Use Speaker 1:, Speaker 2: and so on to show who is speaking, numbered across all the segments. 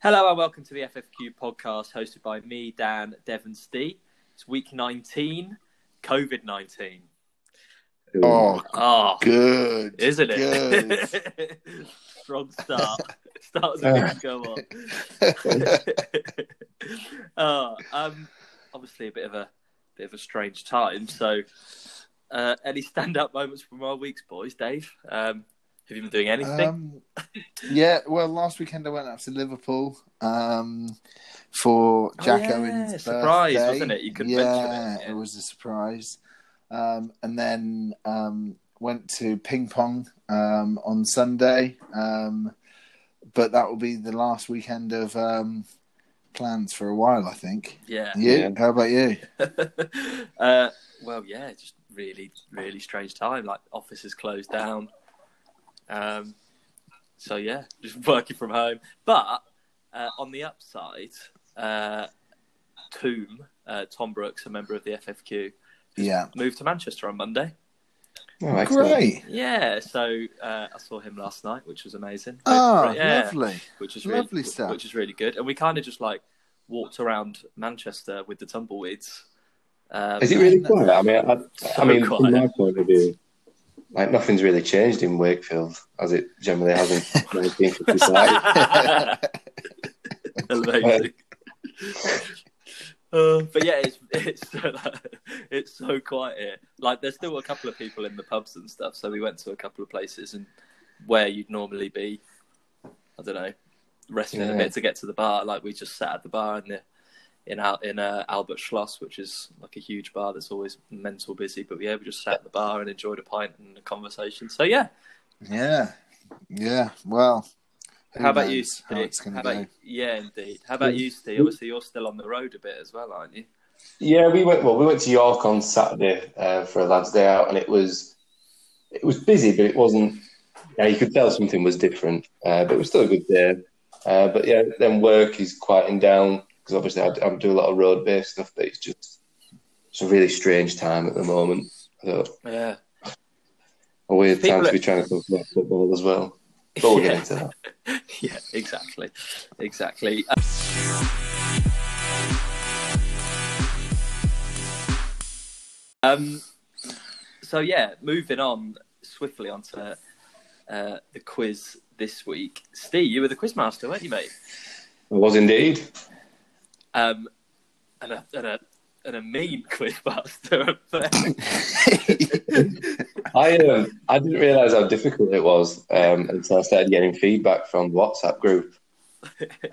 Speaker 1: Hello and welcome to the FFQ podcast hosted by me, Dan, Dev, and Steve. It's week 19, COVID 19.
Speaker 2: Oh,
Speaker 1: Oh,
Speaker 2: good.
Speaker 1: isn't
Speaker 2: Good.
Speaker 1: it? Strong start. Start as a big go on. uh, um, obviously a bit of a bit of a strange time. So, uh, any standout moments from our weeks, boys? Dave, um, have you been doing anything?
Speaker 2: Um, yeah, well, last weekend I went up to Liverpool um, for
Speaker 1: Oh,
Speaker 2: Jack
Speaker 1: yeah,
Speaker 2: Owen's
Speaker 1: surprise,
Speaker 2: birthday.
Speaker 1: wasn't it? You couldn't
Speaker 2: yeah,
Speaker 1: mention it, yeah.
Speaker 2: was a surprise. Um, and then um, went to ping pong um, on Sunday, um, but that will be the last weekend of um, plans for a while, I think.
Speaker 1: yeah.
Speaker 2: You?
Speaker 3: Yeah.
Speaker 2: How about you?
Speaker 1: uh, well, yeah, just really, really strange time. Like offices closed down. Um, so yeah, just working from home. But uh, on the upside, uh, Tomb uh, Tom Brooks, a member of the FFQ,
Speaker 2: Yeah.
Speaker 1: moved to Manchester on Monday.
Speaker 3: Oh, excellent.
Speaker 2: Great.
Speaker 1: Yeah, so uh, I saw him last night, which was amazing.
Speaker 2: Oh,
Speaker 1: yeah,
Speaker 2: lovely.
Speaker 1: which is
Speaker 2: lovely
Speaker 1: really,
Speaker 2: stuff.
Speaker 1: Which is really good, and we kind of just like walked around Manchester with the tumbleweeds. Um,
Speaker 3: Is it really quiet? I mean, I,
Speaker 1: So
Speaker 3: I mean, from my
Speaker 1: quiet.
Speaker 3: point of view, like nothing's really changed in Wakefield as it generally has in 1955.
Speaker 1: Amazing. Uh, but yeah, it's it's so, it's so quiet here. Like, there's still a couple of people in the pubs and stuff. So we went to a couple of places and where you'd normally be, I don't know, resting a
Speaker 3: Yeah.
Speaker 1: bit to get to the bar. Like we just sat at the bar in the in out in uh, Albert Schloss, which is like a huge bar that's always mental busy. But yeah, we just sat at the bar and enjoyed a pint and a conversation. So yeah,
Speaker 2: Yeah. Yeah. Well, who
Speaker 1: How about you,
Speaker 2: knows
Speaker 1: Steve?
Speaker 2: how it's gonna
Speaker 1: How about
Speaker 2: go.
Speaker 1: you? Yeah, indeed. How about you, Steve? Obviously, you're still on the road a bit as well, aren't you?
Speaker 3: Yeah, we went. Well, we went to York on Saturday uh, for a lads' day out, and it was it was busy, but it wasn't. Yeah, you could tell something was different, uh, but it was still a good day. Uh, but yeah, then work is quieting down because obviously I, I do a lot of road-based stuff, but it's just it's a really strange time at the moment. So
Speaker 1: Yeah.
Speaker 3: a weird
Speaker 1: People
Speaker 3: time
Speaker 1: are-
Speaker 3: to be trying to talk about football as well. But we'll get
Speaker 1: Yeah.
Speaker 3: into that.
Speaker 1: yeah, exactly. Exactly. Um, so, yeah, moving on swiftly onto uh, the quiz this week. Steve, you were the quiz master, weren't you, mate?
Speaker 3: It was indeed.
Speaker 1: Um, and a, and a, and a mean quiz master.
Speaker 3: I um, I didn't realise how difficult it was um, until I started getting feedback from the WhatsApp group.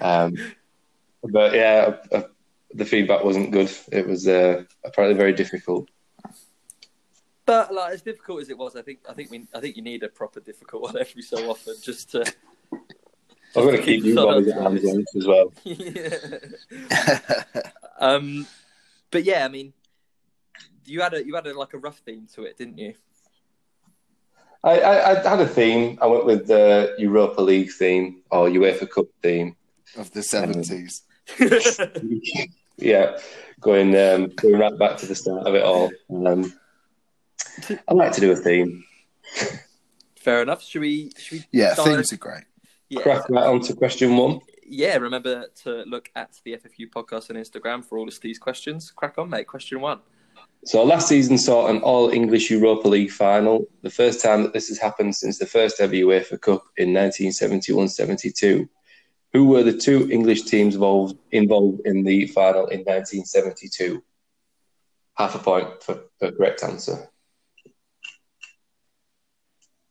Speaker 3: Um, but yeah, uh, uh, the feedback wasn't good. It was uh, apparently very difficult.
Speaker 1: But like as difficult as it was, I think I think we I think you need a proper difficult one every so often just to.
Speaker 3: I'm going to keep you guys at arm's length as well.
Speaker 1: um, but yeah, I mean, you had a you had a, like a rough theme to it, didn't you?
Speaker 3: I, I, I had a theme. I went with the Europa League theme or UEFA Cup theme.
Speaker 2: of the seventies.
Speaker 3: yeah, going um, going right back to the start of it all. Um, I like to do a theme.
Speaker 1: Fair enough. Should we? Should we?
Speaker 2: Yeah,
Speaker 1: dive-
Speaker 2: things are great.
Speaker 1: Yeah,
Speaker 3: Crack right on to question one.
Speaker 1: yeah. Remember to look at the FFU podcast on Instagram for all of Steve's questions. Crack on, mate. Question one.
Speaker 3: So last season saw an All English Europa League final, the first time that this has happened since the first ever UEFA Cup in 1971-72. Who were the two English teams involved involved in the final in 1972? Half a point for the correct answer.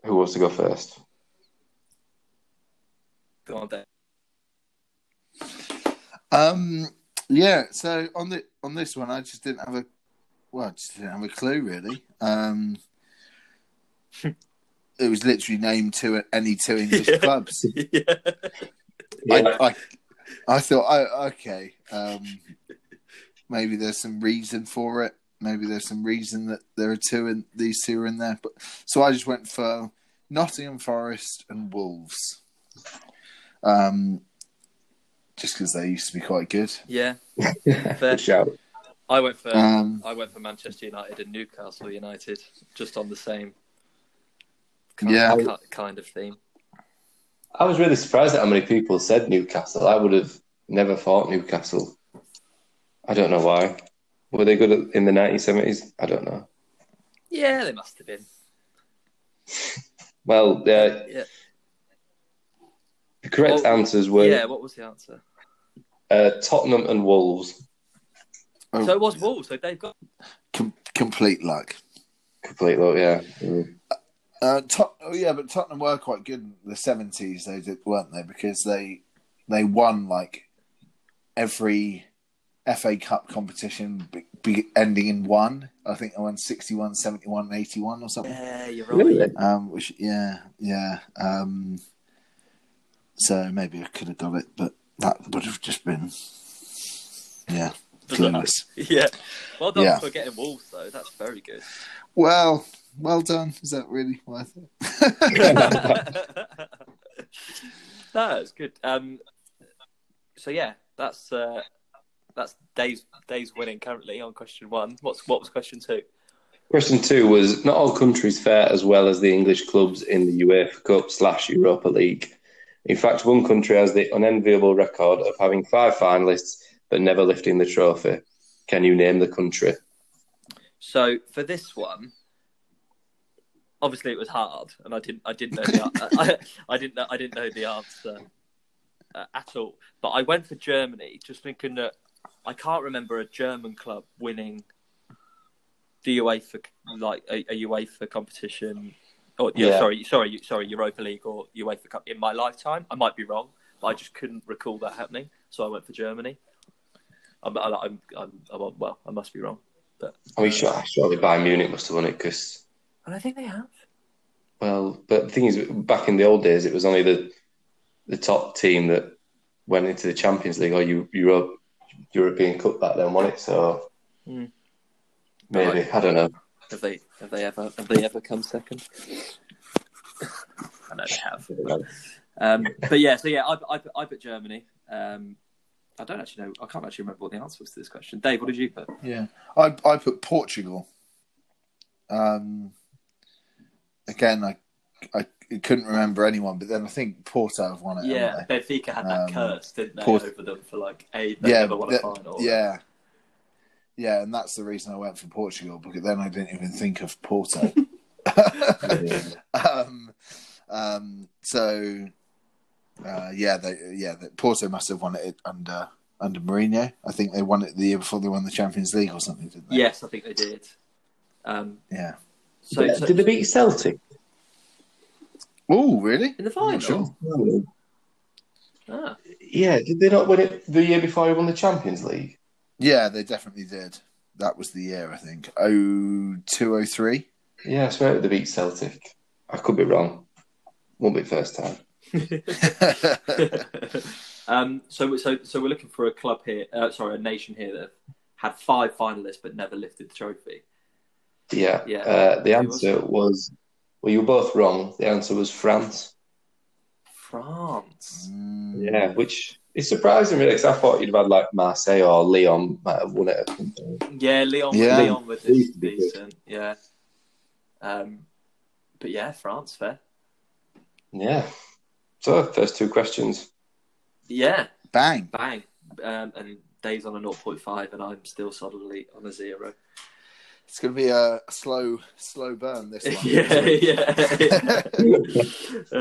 Speaker 3: Who wants to go first?
Speaker 1: Go on, Dave.
Speaker 2: Um, yeah. So on the on this one, I just didn't have a well, I just didn't have a clue really. Um, it was literally named to any two English
Speaker 1: Yeah.
Speaker 2: clubs.
Speaker 1: yeah.
Speaker 3: Yeah.
Speaker 2: I, I I thought, oh, okay, um, maybe there's some reason for it. Maybe there's some reason that there are two and these two are in there. But so I just went for Nottingham Forest and Wolves. Um, just because they used to be quite good.
Speaker 1: Yeah.
Speaker 3: Good shout.
Speaker 1: I went for
Speaker 2: Um,
Speaker 1: I went for Manchester United and Newcastle United, just on the same.
Speaker 2: Yeah.
Speaker 1: ki- kind of theme.
Speaker 3: I was really surprised at how many people said Newcastle. I would have never thought Newcastle. I don't know why. Were they good at, in the 1970s? I don't know.
Speaker 1: Yeah, they must have been.
Speaker 3: Well, uh,
Speaker 1: Yeah.
Speaker 3: the correct
Speaker 1: Well,
Speaker 3: answers were
Speaker 1: yeah, what was the answer?
Speaker 3: uh, Tottenham and Wolves.
Speaker 2: Oh,
Speaker 1: So it was Wolves. So they've got.
Speaker 2: com- complete luck.
Speaker 3: Complete though, yeah. Mm.
Speaker 2: Uh, Tot- oh yeah, but Tottenham were quite good in the seventies. They did, weren't they? Because they they won like every FA Cup competition, be- be- ending in one. I think they won 61, 71, 81 or something.
Speaker 1: Yeah, you're right.
Speaker 3: Really?
Speaker 2: Um, which yeah, yeah. Um, so maybe I could have got it, but that would have just been yeah, clueless.
Speaker 1: Yeah. Well done
Speaker 2: Yeah.
Speaker 1: for getting Wolves, though. That's very good.
Speaker 2: Well, well done. Is that really worth it?
Speaker 1: no, it's good. Um, so yeah, that's uh, that's Dave's Dave's winning currently on question one. What's what was question two?
Speaker 3: Question two was not all countries fare as well as the English clubs in the UEFA Cup slash Europa League. In fact, one country has the unenviable record of having five finalists but never lifting the trophy. Can you name the country?
Speaker 1: So for this one, obviously it was hard, and I didn't I didn't know the, I, I didn't know I didn't know the answer uh, at all. But I went for Germany, just thinking that I can't remember a German club winning the UEFA like a, a UEFA competition. Or yeah,
Speaker 3: Yeah.
Speaker 1: sorry, sorry, sorry, Europa League or UEFA Cup in my lifetime. I might be wrong, but I just couldn't recall that happening. So I went for Germany. I'm, I'm, I'm, I'm well, I must be wrong.
Speaker 3: I mean, sure, surely Bayern Munich must have won it because
Speaker 1: And I think they have.
Speaker 3: Well, but the thing is, back in the old days, it was only the the top team that went into the Champions League or Eu- Europe, European Cup back then, won it. So
Speaker 1: Hmm.
Speaker 3: maybe I don't know.
Speaker 1: Have they have they ever have they ever come second? I know they have. Um, but yeah, so yeah, I I, I put Germany. Um, I don't actually know. I can't actually remember what the answer was to this question. Dave, what did you put?
Speaker 2: Yeah, I I put Portugal. Um, again, I I couldn't remember anyone, but then I think Porto have won it.
Speaker 1: Yeah,
Speaker 2: haven't
Speaker 1: Benfica had that
Speaker 2: Um,
Speaker 1: curse, didn't they,
Speaker 2: Port-
Speaker 1: over them for like eight.
Speaker 2: they?
Speaker 1: They
Speaker 2: yeah,
Speaker 1: never won a
Speaker 2: that-
Speaker 1: final.
Speaker 2: yeah, yeah, and that's the reason I went for Portugal because then I didn't even think of Porto. um, um, so uh, yeah, they yeah, the, Porto must have won it under under Mourinho. I think they won it the year before they won the Champions League or something, didn't they?
Speaker 1: Yes, I think they did. Um,
Speaker 2: yeah.
Speaker 1: so,
Speaker 3: Yeah,
Speaker 1: so-
Speaker 3: Did they beat Celtic?
Speaker 2: Oh, really?
Speaker 1: in the final?
Speaker 2: Not sure.
Speaker 1: Ah,
Speaker 3: Yeah, did they not win it the year before he won the Champions League?
Speaker 2: Yeah, they definitely did. That was the year, I think. Oh two oh three.
Speaker 3: Yeah, I swear they beat Celtic. I could be wrong. Won't be first time.
Speaker 1: um, so, so, so we're looking for a club here. Uh, sorry, a nation here that had five finalists but never lifted the trophy.
Speaker 3: Yeah.
Speaker 1: Yeah.
Speaker 3: Uh, the
Speaker 1: Who
Speaker 3: answer was well, you were both wrong. The answer was France.
Speaker 1: France.
Speaker 2: Mm,
Speaker 3: Yeah, which is surprising really, because I thought you'd have had like Marseille or Leon might have won it.
Speaker 1: Yeah, Leon.
Speaker 2: Yeah.
Speaker 1: Leon was
Speaker 3: They used to be good.
Speaker 1: decent. Yeah. Um, but yeah, France. Fair.
Speaker 3: Yeah. So first two questions.
Speaker 1: Yeah.
Speaker 2: Bang.
Speaker 1: Bang. Um, and Dave's on a 0.5, and I'm still solidly on a zero.
Speaker 2: It's gonna be a slow slow burn this one.
Speaker 1: yeah, yeah.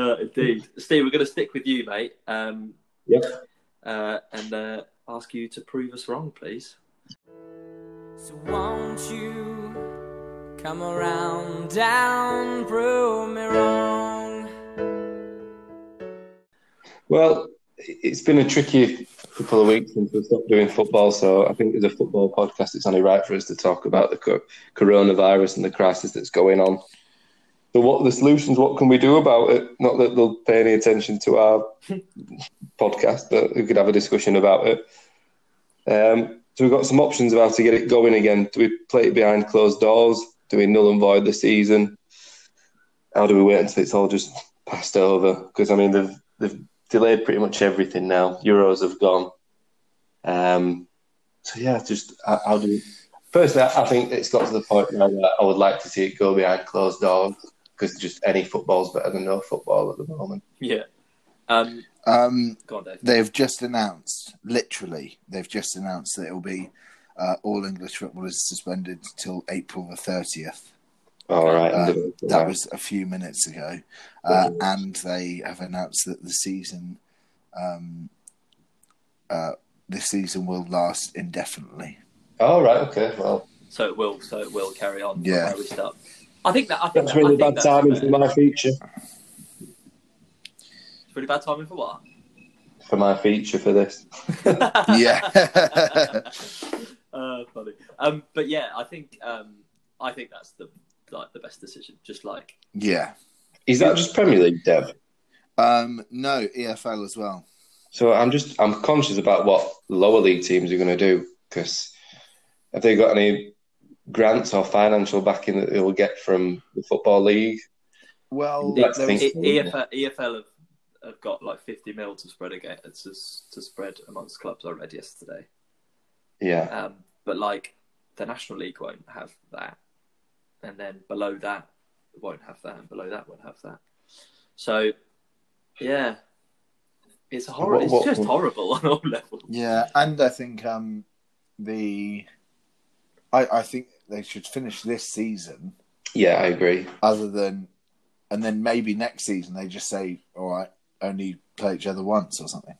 Speaker 1: uh, indeed, Steve. We're going to stick with you, mate. Um,
Speaker 3: Yep.
Speaker 1: Uh, and uh, ask you to prove us wrong, please.
Speaker 4: So won't you come around down, prove me wrong?
Speaker 3: Well, it's been a tricky couple of weeks since we stopped doing football, so I think as a football podcast, it's only right for us to talk about the co- coronavirus and the crisis that's going on. So, what are the solutions? What can we do about it? Not that they'll pay any attention to our podcast, but we could have a discussion about it. Um, so, we've got some options about to get it going again. Do we play it behind closed doors? Do we null and void the season? How do we wait until it's all just passed over? Because I mean, they've they've delayed pretty much everything now. Euros have gone. Um, so yeah, just I, I'll do. Personally, I I think it's got to the point now that I would like to see it go behind closed doors because just any football's better than no football at the moment.
Speaker 1: Yeah. Um,
Speaker 2: Um,
Speaker 1: go on, Dave.
Speaker 2: they've just announced, literally, they've just announced that it'll be uh, all English football is suspended till April the 30th.
Speaker 3: All right.
Speaker 2: Uh,
Speaker 3: I'm doing it.
Speaker 2: That was a few minutes ago. Uh, and they have announced that the season. Um, uh, this season will last indefinitely.
Speaker 3: All right. Okay. Well,
Speaker 1: So it will. So it will carry on. from
Speaker 2: Yeah.
Speaker 1: Where we start. I think that. I think
Speaker 3: that's
Speaker 1: that- I
Speaker 3: really
Speaker 1: think
Speaker 3: bad
Speaker 1: that's
Speaker 3: timing
Speaker 1: fair.
Speaker 3: for my future.
Speaker 1: It's really bad timing for what?
Speaker 3: For my future for this.
Speaker 2: Yeah.
Speaker 1: uh, funny. Um, but yeah, I think um, I think that's the like the best decision. Just like
Speaker 2: Yeah.
Speaker 3: Is that just Premier League, Deb?
Speaker 2: Um, no, EFL as well.
Speaker 3: So I'm just I'm conscious about what lower league teams are going to do because have they got any grants or financial backing that they will get from the football league?
Speaker 2: Well,
Speaker 3: Let's
Speaker 2: there
Speaker 3: think.
Speaker 2: was-
Speaker 1: E- EFL, EFL have, have got like fifty mil to spread again to, s- to spread amongst clubs. I read yesterday.
Speaker 3: Yeah,
Speaker 1: Um, but like the National League won't have that, and then below that won't have that, and below that won't have that. So yeah, it's horrible.
Speaker 3: What- what-
Speaker 1: it's just horrible on all levels.
Speaker 2: yeah, and I think um, the I, I think they should finish this season,
Speaker 3: yeah, I agree.
Speaker 2: other than, and then maybe next season they just say, all right, only play each other once or something.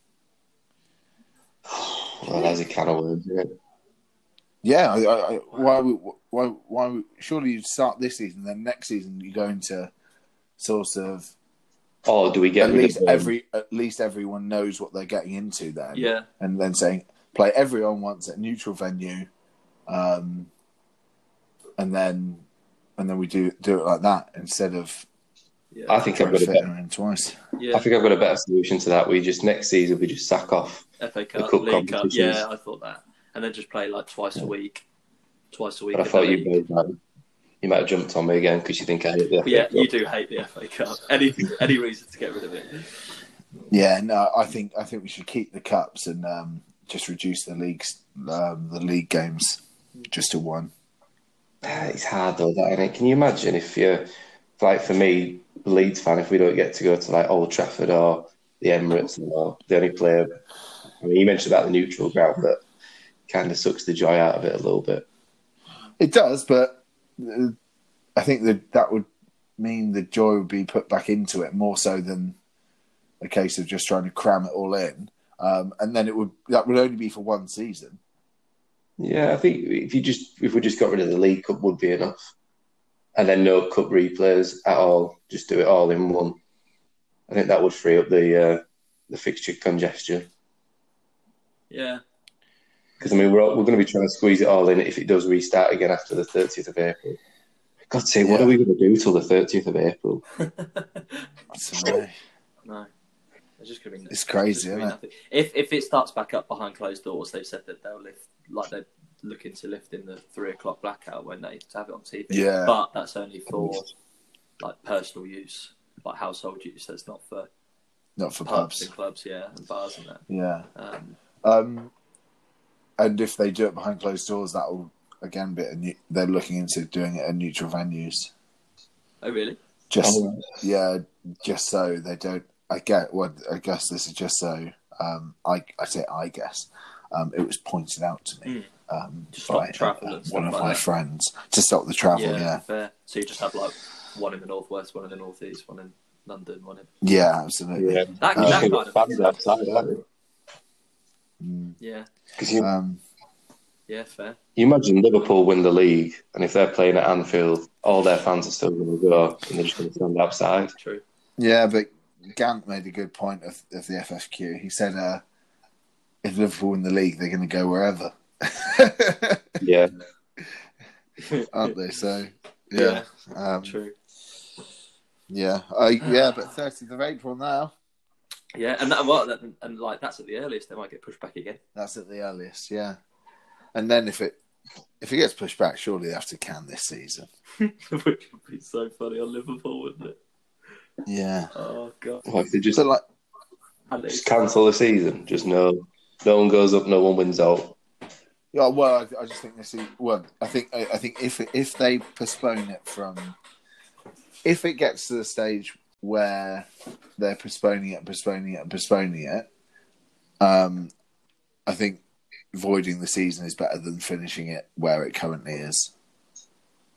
Speaker 3: Well, there's a can of worms. isn't it?
Speaker 2: Yeah, I, I, I, why? would- Why? Why? would- Surely you start this season, then next season you go into sort of
Speaker 3: Or do we get
Speaker 2: at
Speaker 3: rid of
Speaker 2: least
Speaker 3: them?
Speaker 2: every at least everyone knows what they're getting into then.
Speaker 1: Yeah.
Speaker 2: and then saying play everyone once at neutral venue, um, and then and then we do do it like that instead of
Speaker 1: Yeah.
Speaker 3: I think I've got a
Speaker 2: rotating
Speaker 3: better.
Speaker 2: around twice.
Speaker 1: yeah.
Speaker 3: I think I've got a better solution to that. We just next season we just sack off.
Speaker 1: FA Cup,
Speaker 3: cup
Speaker 1: League Cup.
Speaker 3: competitions.
Speaker 1: Yeah, I thought that. And then just play like twice a week, twice a week.
Speaker 3: But
Speaker 1: in
Speaker 3: I
Speaker 1: the
Speaker 3: thought you
Speaker 1: league.
Speaker 3: both might, you might have jumped on me again because you think I hate the
Speaker 1: But yeah,
Speaker 3: FA
Speaker 1: you
Speaker 3: Cup.
Speaker 1: do hate the FA Cup. Any any reason to get rid of it?
Speaker 2: Yeah, no, I think I think we should keep the cups and um, just reduce the leagues um, the league games just to one.
Speaker 3: Ah, It's hard though, that innit? Can you imagine if you're like for me, Leeds fan, if we don't get to go to like Old Trafford or the Emirates or the only player I mean you mentioned about the neutral ground that kind of sucks the joy out of it a little bit.
Speaker 2: It does, but uh, I think that that would mean the joy would be put back into it more so than a case of just trying to cram it all in. Um, and then it would that would only be for one season.
Speaker 3: Yeah, I think if you just if we just got rid of the League Cup would be enough. And then no cup replays at all. Just do it all in one. I think that would free up the uh, the fixture congestion.
Speaker 1: Yeah,
Speaker 3: Because I mean, we're all, we're going to be trying to squeeze it all in if it does restart again after the thirtieth of April. God's sake, what
Speaker 2: Yeah.
Speaker 3: are we going to do till the thirtieth of April?
Speaker 2: So,
Speaker 1: no. It's just gonna be.
Speaker 2: It's crazy,
Speaker 1: gonna be
Speaker 2: isn't it?
Speaker 1: nothing. If if it starts back up behind closed doors, they've said that they'll lift, like they're looking to lift in the three o'clock blackout when they have it on TV.
Speaker 2: Yeah.
Speaker 1: but that's only for like personal use, like household use. That's not for
Speaker 2: not for
Speaker 1: pubs
Speaker 2: pubs.
Speaker 1: and clubs, yeah, and bars and that.
Speaker 2: Yeah.
Speaker 1: Um,
Speaker 2: Um, and if they do it behind closed doors, that will again be a new, they're looking into doing it at neutral venues.
Speaker 1: Oh really?
Speaker 2: Just yeah, just so they don't. I get. Well, I guess this is just so. Um, I I say I guess. Um, it was pointed out to me. Um,
Speaker 1: Hmm. To stop
Speaker 2: by
Speaker 1: travel and stuff
Speaker 2: one of
Speaker 1: like
Speaker 2: my
Speaker 1: that.
Speaker 2: friends to stop the travel. Yeah. yeah,
Speaker 1: fair. So you just have like one in the northwest, one in the northeast, one in London, one in
Speaker 2: absolutely.
Speaker 1: that,
Speaker 2: Uh,
Speaker 1: that
Speaker 3: Because
Speaker 1: kind of
Speaker 2: Mm.
Speaker 1: yeah,
Speaker 3: you,
Speaker 2: Um,
Speaker 1: yeah, fair.
Speaker 3: you imagine Liverpool win the league, and if they're playing at Anfield, all their fans are still going to go, and they're just going to stand outside.
Speaker 1: True.
Speaker 2: yeah, but Gant made a good point of, of the FFQ. He said, uh, "If Liverpool win the league, they're going to go wherever,
Speaker 3: Yeah,
Speaker 2: aren't they?" So Uh, yeah,
Speaker 1: Yeah.
Speaker 2: um,
Speaker 1: True.
Speaker 2: yeah, I, yeah. But thirtieth of April now.
Speaker 1: Yeah, and that well, that, and like that's at the earliest they might get pushed back again.
Speaker 2: That's at the earliest, yeah. And then if it if it gets pushed back, surely they have to can this season.
Speaker 1: Which would be so funny on Liverpool, wouldn't it?
Speaker 2: Yeah.
Speaker 1: Oh god.
Speaker 3: what if they just
Speaker 2: So like
Speaker 1: At
Speaker 3: just
Speaker 1: least.
Speaker 3: cancel the season? Just no, no one goes up, no one wins out.
Speaker 2: yeah, well, I, I just think this is well. I think I, I think if if they postpone it from if it gets to the stage where they're postponing it, postponing it, postponing it. Um, I think voiding the season is better than finishing it where it currently is.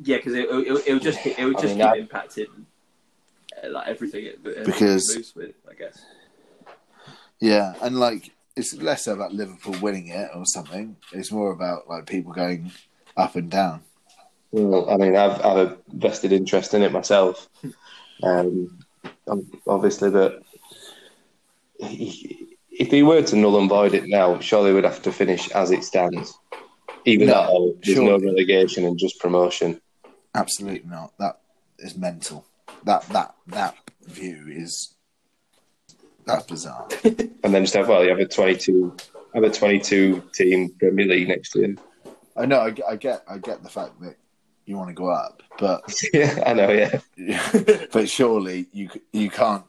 Speaker 1: Yeah, because it, it, it'll just it will
Speaker 3: I
Speaker 1: just
Speaker 3: mean,
Speaker 1: keep
Speaker 3: that-
Speaker 1: impacting uh, like everything it, everything
Speaker 2: Because-
Speaker 1: it moves with. I guess.
Speaker 2: Yeah, and like it's less about Liverpool winning it or something. It's more about like people going up and down.
Speaker 3: Well, I mean, I've, I've a vested interest in it myself. Um, ob- obviously, but if he were to null and void it now, surely we'd have to finish as it stands. Even
Speaker 2: No,
Speaker 3: that though, there's no
Speaker 2: surely.
Speaker 3: relegation and just promotion.
Speaker 2: Absolutely not. That is mental. That that that view is that's bizarre.
Speaker 3: And then just have well, you have a 22, have a 22 team Premier League next year.
Speaker 2: I know. I, I get. I get the fact that you want to go up, but
Speaker 3: yeah, I know. Yeah,
Speaker 2: but surely you c- you can't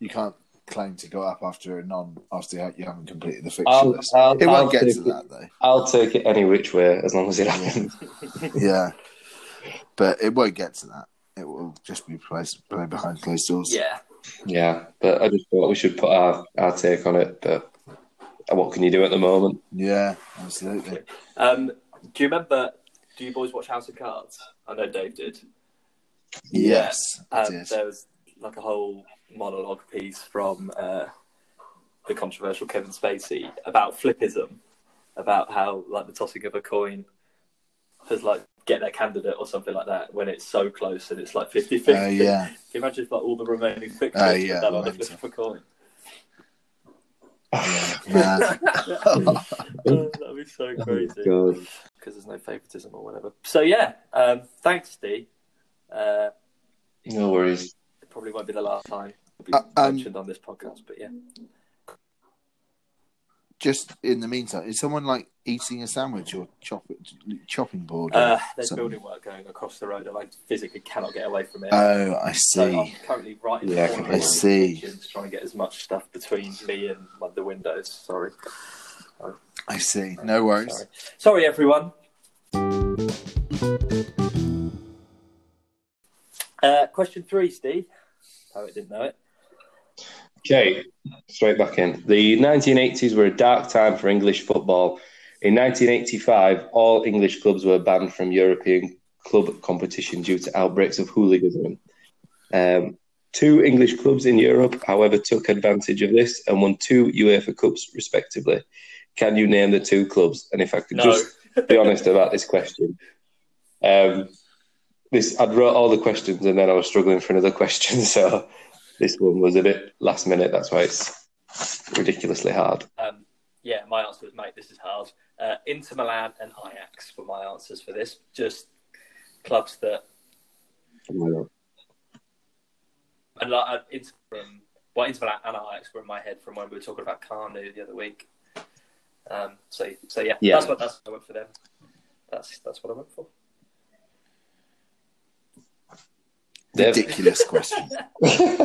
Speaker 2: you can't claim to go up after a non after you haven't completed the fixture
Speaker 3: I'll-
Speaker 2: list.
Speaker 3: I'll-
Speaker 2: it
Speaker 3: I'll
Speaker 2: won't get
Speaker 3: take
Speaker 2: to
Speaker 3: it.
Speaker 2: that though.
Speaker 3: I'll take it any which way as long as it happens.
Speaker 2: Yeah, but it won't get to that. It will just be placed play behind closed doors.
Speaker 1: Yeah,
Speaker 3: Yeah, but I just thought we should put our, our take on it. But what can you do at the moment?
Speaker 2: Yeah, absolutely.
Speaker 1: Um, do you remember? Do you boys watch House of Cards? I know Dave did.
Speaker 2: Yes,
Speaker 1: Um,
Speaker 2: it is.
Speaker 1: there was like a whole monologue piece from uh, the controversial Kevin Spacey about flippism, about how like the tossing of a coin has like get their candidate or something like that when it's so close and it's like 50-50.
Speaker 2: Uh, yeah.
Speaker 1: Can you imagine if like all the remaining fixtures
Speaker 2: Uh,
Speaker 1: uh,
Speaker 2: yeah,
Speaker 1: yeah, on the
Speaker 2: mental.
Speaker 1: flip of a coin?
Speaker 2: Nah.
Speaker 1: Oh, that'd be so crazy.
Speaker 3: God.
Speaker 1: because there's no favoritism or whatever. So yeah, um, thanks, D. Uh,
Speaker 3: No worries.
Speaker 1: it probably won't be the last time it'll be
Speaker 2: Uh, um,
Speaker 1: mentioned on this podcast, but yeah,
Speaker 2: Just in the meantime, is someone like eating a sandwich or chop, chopping board? or
Speaker 1: uh, there's
Speaker 2: something?
Speaker 1: building work going across the road, and I physically cannot get away from it.
Speaker 2: Oh, I
Speaker 1: so I'm
Speaker 2: see.
Speaker 1: currently right in
Speaker 3: Yeah, I
Speaker 1: the corner
Speaker 3: can
Speaker 1: of the
Speaker 2: see.
Speaker 1: kitchen to try and get as much stuff between me and like, the windows. Sorry,
Speaker 2: I see. No worries.
Speaker 1: sorry, sorry, everyone. Uh, question three, Steve. Oh, it didn't know it.
Speaker 3: Okay, straight back in. The 1980s were a dark time for English football. In 1985, all English clubs were banned from European club competition due to outbreaks of hooliganism. Um, two English clubs in Europe, however, took advantage of this and won two UEFA Cups, respectively. Can you name the two clubs? And if I could
Speaker 1: No.
Speaker 3: just be honest about this question. Um, this I'd wrote all the questions and then I was struggling for another question, so this one was a bit last minute. That's why it's ridiculously hard.
Speaker 1: Um, yeah, my answer was, mate, this is hard. Uh, Inter Milan and Ajax were my answers for this. Just clubs that,
Speaker 2: Oh
Speaker 1: and like, uh, Inter, um, well, Inter Milan and Ajax were in my head from when we were talking about Carnu the other week. Um, so, so yeah,
Speaker 3: Yeah.
Speaker 1: that's what that's what I went for them. That's that's what I went for.
Speaker 3: Dave,
Speaker 2: Ridiculous question.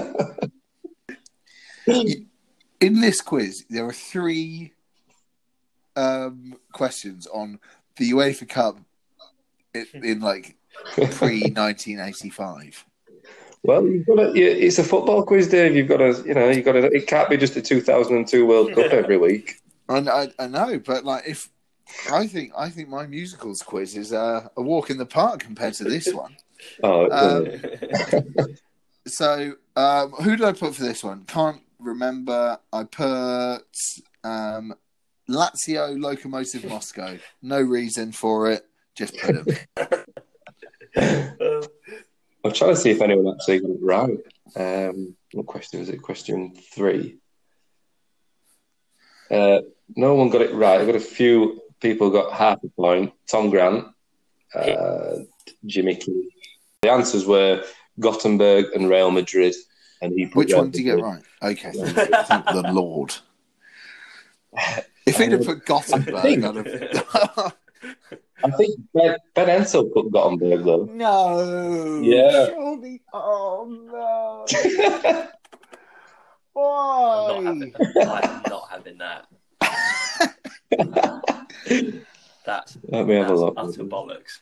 Speaker 2: in this quiz, there are three um, questions on the UEFA Cup in, in like pre 1985.
Speaker 3: well, you've got to, you- it's a football quiz, Dave. You've got to, you know, you've got to. It can't be just a 2002 World Cup every week.
Speaker 2: And I, I know, but like if I think I think my musicals quiz is uh, a walk in the park compared to this one.
Speaker 3: Oh, it
Speaker 2: Um,
Speaker 3: doesn't.
Speaker 2: So um, who did I put for this one? Can't remember. I put um, Lazio Locomotive Moscow. No reason for it. Just put them.
Speaker 1: Uh,
Speaker 3: I'm trying to see if anyone actually got it right. Um, what question was it? Question three. Uh, no one got it right. I've got a few people got half a point. Tom Grant, uh, Jimmy Key. The answers were Gothenburg and Real Madrid. And he put
Speaker 2: Which
Speaker 3: Real
Speaker 2: one did you get
Speaker 3: Madrid.
Speaker 2: right? Okay, thank the Lord. If he'd have put Gothenburg, I'd have...
Speaker 3: I think Ben, ben Ensel put Gothenburg though.
Speaker 2: no,
Speaker 3: Yeah.
Speaker 2: surely, oh no,
Speaker 1: I'm not having
Speaker 2: why?
Speaker 1: that. I'm not having that. That's,
Speaker 3: Let me have
Speaker 1: that's
Speaker 3: a look.
Speaker 1: utter bollocks.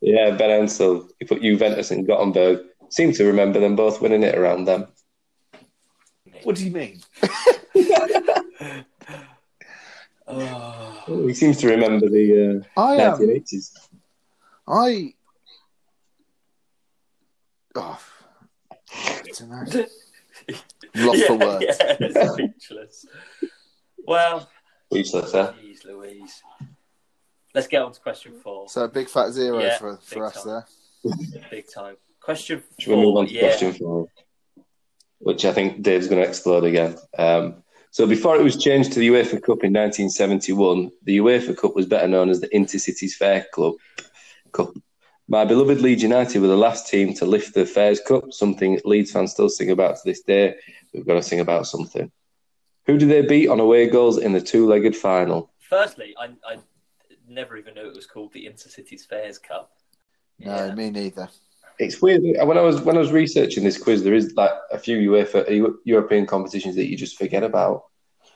Speaker 3: Yeah, Ben Ensel. He put Juventus and Gothenburg. seem to remember them both winning it around them.
Speaker 2: What do you mean?
Speaker 1: Oh,
Speaker 3: He seems to remember the
Speaker 2: I
Speaker 3: uh,
Speaker 2: am.
Speaker 3: 1980s.
Speaker 2: I. Oh, I don't know. Lost for words.
Speaker 1: yeah, speechless. Well,
Speaker 3: Speechless, eh?
Speaker 1: geez, Louise. Let's get on to question four.
Speaker 2: So a big fat zero
Speaker 1: Yeah,
Speaker 2: for,
Speaker 1: big
Speaker 2: for us
Speaker 1: time.
Speaker 2: there.
Speaker 1: Big time. Question
Speaker 3: Should we move
Speaker 1: four.
Speaker 3: on to
Speaker 1: Yeah.
Speaker 3: question four? Which I think Dave's going to explode again. Um, so before it was changed to the UEFA Cup in 1971, the UEFA Cup was better known as the Intercities Fair Club Cup. My beloved Leeds United were the last team to lift the Fairs Cup, something Leeds fans still sing about to this day. We've got to sing about something. Who did they beat on away goals in the two-legged final?
Speaker 1: Firstly, I, I never even knew it was called the Intercities Fairs Cup.
Speaker 2: No, me neither.
Speaker 3: It's weird when I was when I was researching this quiz. There is like a few UEFA Eu- European competitions that you just forget about.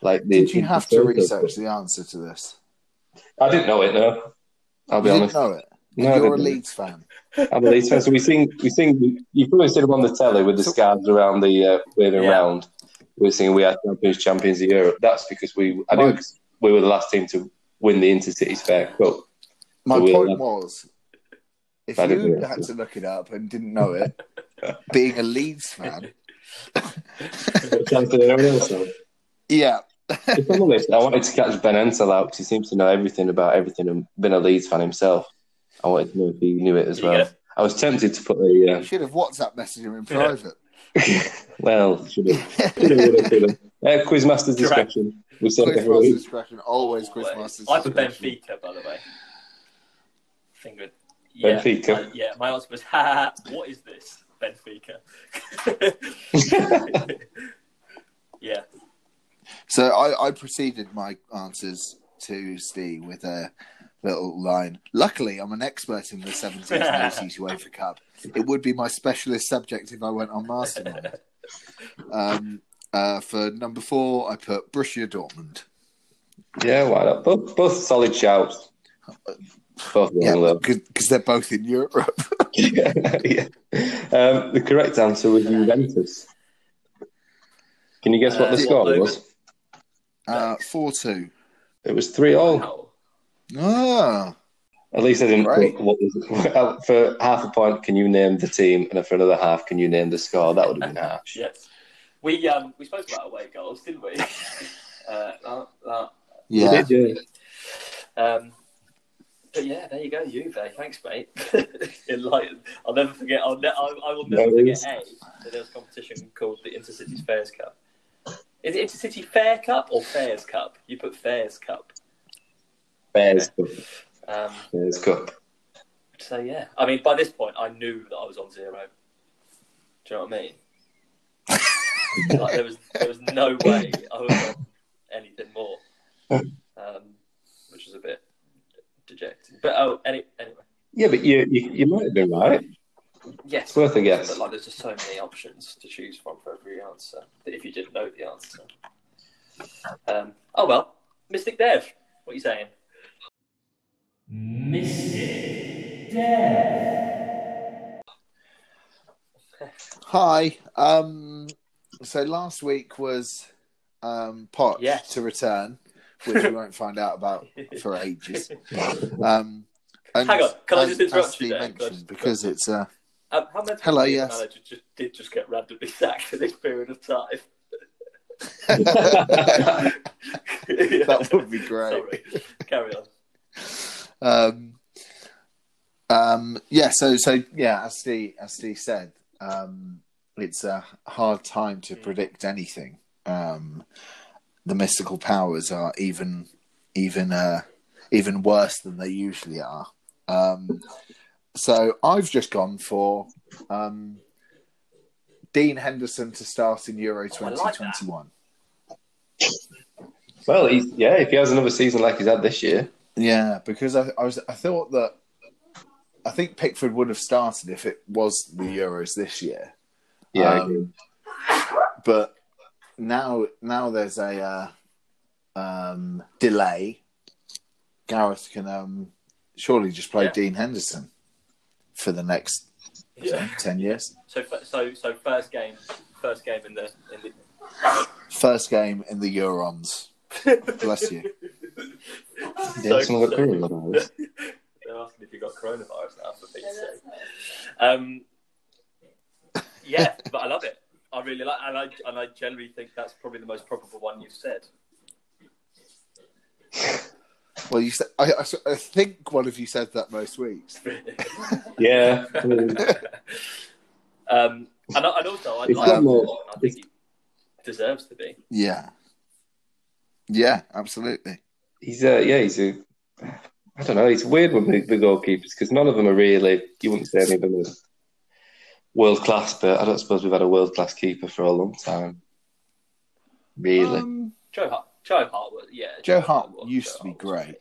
Speaker 3: Like the,
Speaker 2: Did you
Speaker 3: the
Speaker 2: have to
Speaker 3: Europa
Speaker 2: research
Speaker 3: Cup.
Speaker 2: the answer to this?
Speaker 3: I didn't know it. No, I'll be
Speaker 2: you
Speaker 3: honest.
Speaker 2: didn't know it.
Speaker 3: No, I
Speaker 2: You're a
Speaker 3: didn't.
Speaker 2: Leeds fan.
Speaker 3: I'm a Leeds fan. So we sing, we sing. You probably seen them on the telly with the
Speaker 2: So-
Speaker 3: scarves around the uh, waving
Speaker 1: Yeah.
Speaker 3: round. We're singing "We Are Champions, Champions of Europe." That's because we, I think, we were the last team to win the Intercities Fair Cup.
Speaker 2: My
Speaker 3: So we'll-
Speaker 2: point was, if
Speaker 3: I didn't
Speaker 2: you
Speaker 3: know.
Speaker 2: had to look it up and didn't know it, being a Leeds fan,
Speaker 3: What chance did anyone else have?
Speaker 2: yeah,
Speaker 3: If I'm honest, I wanted to catch Ben Ensel out because he seems to know everything about everything and been a Leeds fan himself. I wanted to know if he knew it as
Speaker 1: There
Speaker 3: well.
Speaker 1: you
Speaker 3: I was tempted to put a
Speaker 2: you should have WhatsApp messaged him in private.
Speaker 3: uh, well, should have, should have, would have, could have. Uh, Quizmaster's discussion. We said that
Speaker 2: Quizmaster's
Speaker 3: earlier.
Speaker 2: discretion, always Quizmaster's
Speaker 1: I put
Speaker 2: discretion.
Speaker 1: Benfica, by the way. Finger. Yeah,
Speaker 3: Benfica.
Speaker 1: I- yeah, my answer was, ha, ha, what is this? Benfica. yeah,
Speaker 2: So I, I preceded my answers to Steve with a little line. Luckily, I'm an expert in the 70s and 80s UEFA Cup. It would be my specialist subject if I went on Mastermind. Um, uh, for number four, I put Borussia Dortmund.
Speaker 3: Yeah, why not? Both, both solid shouts. Both of
Speaker 2: Yeah,
Speaker 3: them, though.
Speaker 2: because they're both in Europe.
Speaker 3: yeah. Um, the correct answer was Juventus. Can you guess what the
Speaker 1: Uh,
Speaker 3: score
Speaker 1: over.
Speaker 3: was?
Speaker 2: Uh, Four two.
Speaker 3: It was three all.
Speaker 1: Oh,
Speaker 2: Ah,
Speaker 3: At least I didn't.
Speaker 2: Right.
Speaker 3: put What was, for half a point, can you name the team? And for another half, can you name the score? That would have been harsh.
Speaker 1: yes. We um we spoke about away goals, didn't we? uh, that, that,
Speaker 2: yeah.
Speaker 1: um, but yeah, there you go, Juve. Thanks, mate. Enlightened. I'll never forget. I'll ne- I, I will never
Speaker 3: No
Speaker 1: forget.
Speaker 3: worries.
Speaker 1: A that there was a competition called the Intercities Fairs Cup. Is it Intercity Fair Cup or Fairs Cup? You put Fairs Cup.
Speaker 3: Bears Cup.
Speaker 1: Um,
Speaker 3: Bears Cup.
Speaker 1: so yeah, I mean, by this point, I knew that I was on zero. Do you know what I mean? like there was there was no way I was on anything more, um, which was a bit dejecting. But oh, any, anyway,
Speaker 3: Yeah, but you, you you might have been right.
Speaker 1: yes,
Speaker 3: It's worth a guess.
Speaker 1: But like, there's just so many options to choose from for every answer that if you didn't know the answer. Um, oh well, Mystic Dev, what are you saying?
Speaker 2: Hi. Um, so last week was um, Pot
Speaker 1: Yes.
Speaker 2: to return, which we won't find out about for ages. Um, and
Speaker 1: Hang on, can I
Speaker 2: as-
Speaker 1: just interrupt
Speaker 2: as
Speaker 1: you
Speaker 2: Steve
Speaker 1: there? Can I
Speaker 2: mentioned,
Speaker 1: just-
Speaker 2: because it's uh,
Speaker 1: Um, how many
Speaker 2: Hello,
Speaker 1: people
Speaker 2: yes.
Speaker 1: manager just, did just get randomly sacked in this period of time?
Speaker 2: that
Speaker 1: that
Speaker 2: would be great.
Speaker 1: Sorry, carry on.
Speaker 2: um, um, yeah, so so yeah, as Steve, as Steve said, um, it's a hard time
Speaker 1: Hmm.
Speaker 2: to predict anything. Um, the mystical powers are even even uh, even worse than they usually are. Um, so I've just gone for um, Dean Henderson to start in Euro
Speaker 1: Oh, I
Speaker 2: twenty
Speaker 1: like that.
Speaker 2: twenty one.
Speaker 3: well, he's, yeah, if he has another season like he's had this year,
Speaker 2: Yeah, because I, I was I thought that I think Pickford would have started if it was the Euros this year,
Speaker 3: yeah, I
Speaker 2: Um,
Speaker 3: agree.
Speaker 2: but now now there's a uh, um, delay. Gareth can um, surely just play
Speaker 1: Yeah.
Speaker 2: Dean Henderson for the next
Speaker 1: Yeah.
Speaker 2: ten years.
Speaker 1: So fir- so so first game, first game in the in the
Speaker 2: First game in the Eurons. Bless you.
Speaker 3: Yeah, some of
Speaker 1: So-
Speaker 3: the crew, by the way.
Speaker 1: They're asking if you got coronavirus now for Pete's sake. Um, yeah, but I love it. I really like, and I and I generally think that's probably the most probable one you've said.
Speaker 2: Well, you said I, I, I think one of you said that most weeks.
Speaker 3: Yeah.
Speaker 1: um, and, I- and also, I
Speaker 3: It's
Speaker 1: like
Speaker 2: not
Speaker 1: him a
Speaker 3: more-
Speaker 1: lot, and I think he deserves to be.
Speaker 2: Yeah. Yeah, absolutely.
Speaker 3: He's uh yeah, he's a I don't know, it's weird with the, the goalkeepers because none of them are really you wouldn't say any of them are world class, but I don't suppose we've had a world class keeper for a long time. Really.
Speaker 2: Um,
Speaker 1: Joe Hart, Joe Hart was, yeah.
Speaker 2: Joe Hart
Speaker 1: was-
Speaker 2: used
Speaker 1: Joe
Speaker 2: to be
Speaker 1: Hart was
Speaker 2: great.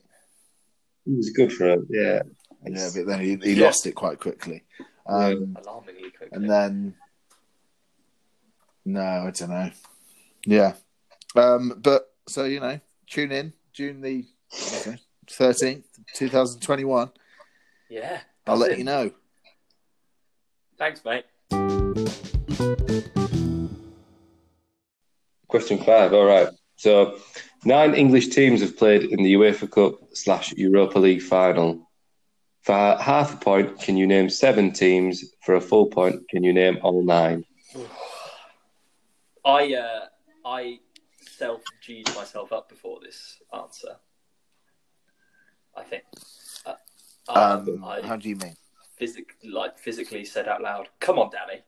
Speaker 3: he was good for it, yeah.
Speaker 2: Yeah, but then he, he
Speaker 1: Yeah.
Speaker 2: lost it quite quickly. Um,
Speaker 1: Alarmingly quick.
Speaker 2: And then, no, I don't know. Yeah. Um, but so, you know, tune in June the okay, 13th, 2021.
Speaker 1: yeah.
Speaker 2: I'll
Speaker 1: that's
Speaker 2: let
Speaker 1: it.
Speaker 2: you know.
Speaker 1: Thanks, mate.
Speaker 3: Question five. All right. So, nine English teams have played in the UEFA Cup slash Europa League final. For half a point, can you name seven teams? For a full point, can you name all nine?
Speaker 1: I uh, I self G'd myself up before this answer. I think. Uh,
Speaker 2: Um,
Speaker 1: I,
Speaker 2: how do you mean?
Speaker 1: physic- like physically said out loud, "Come on, Danny."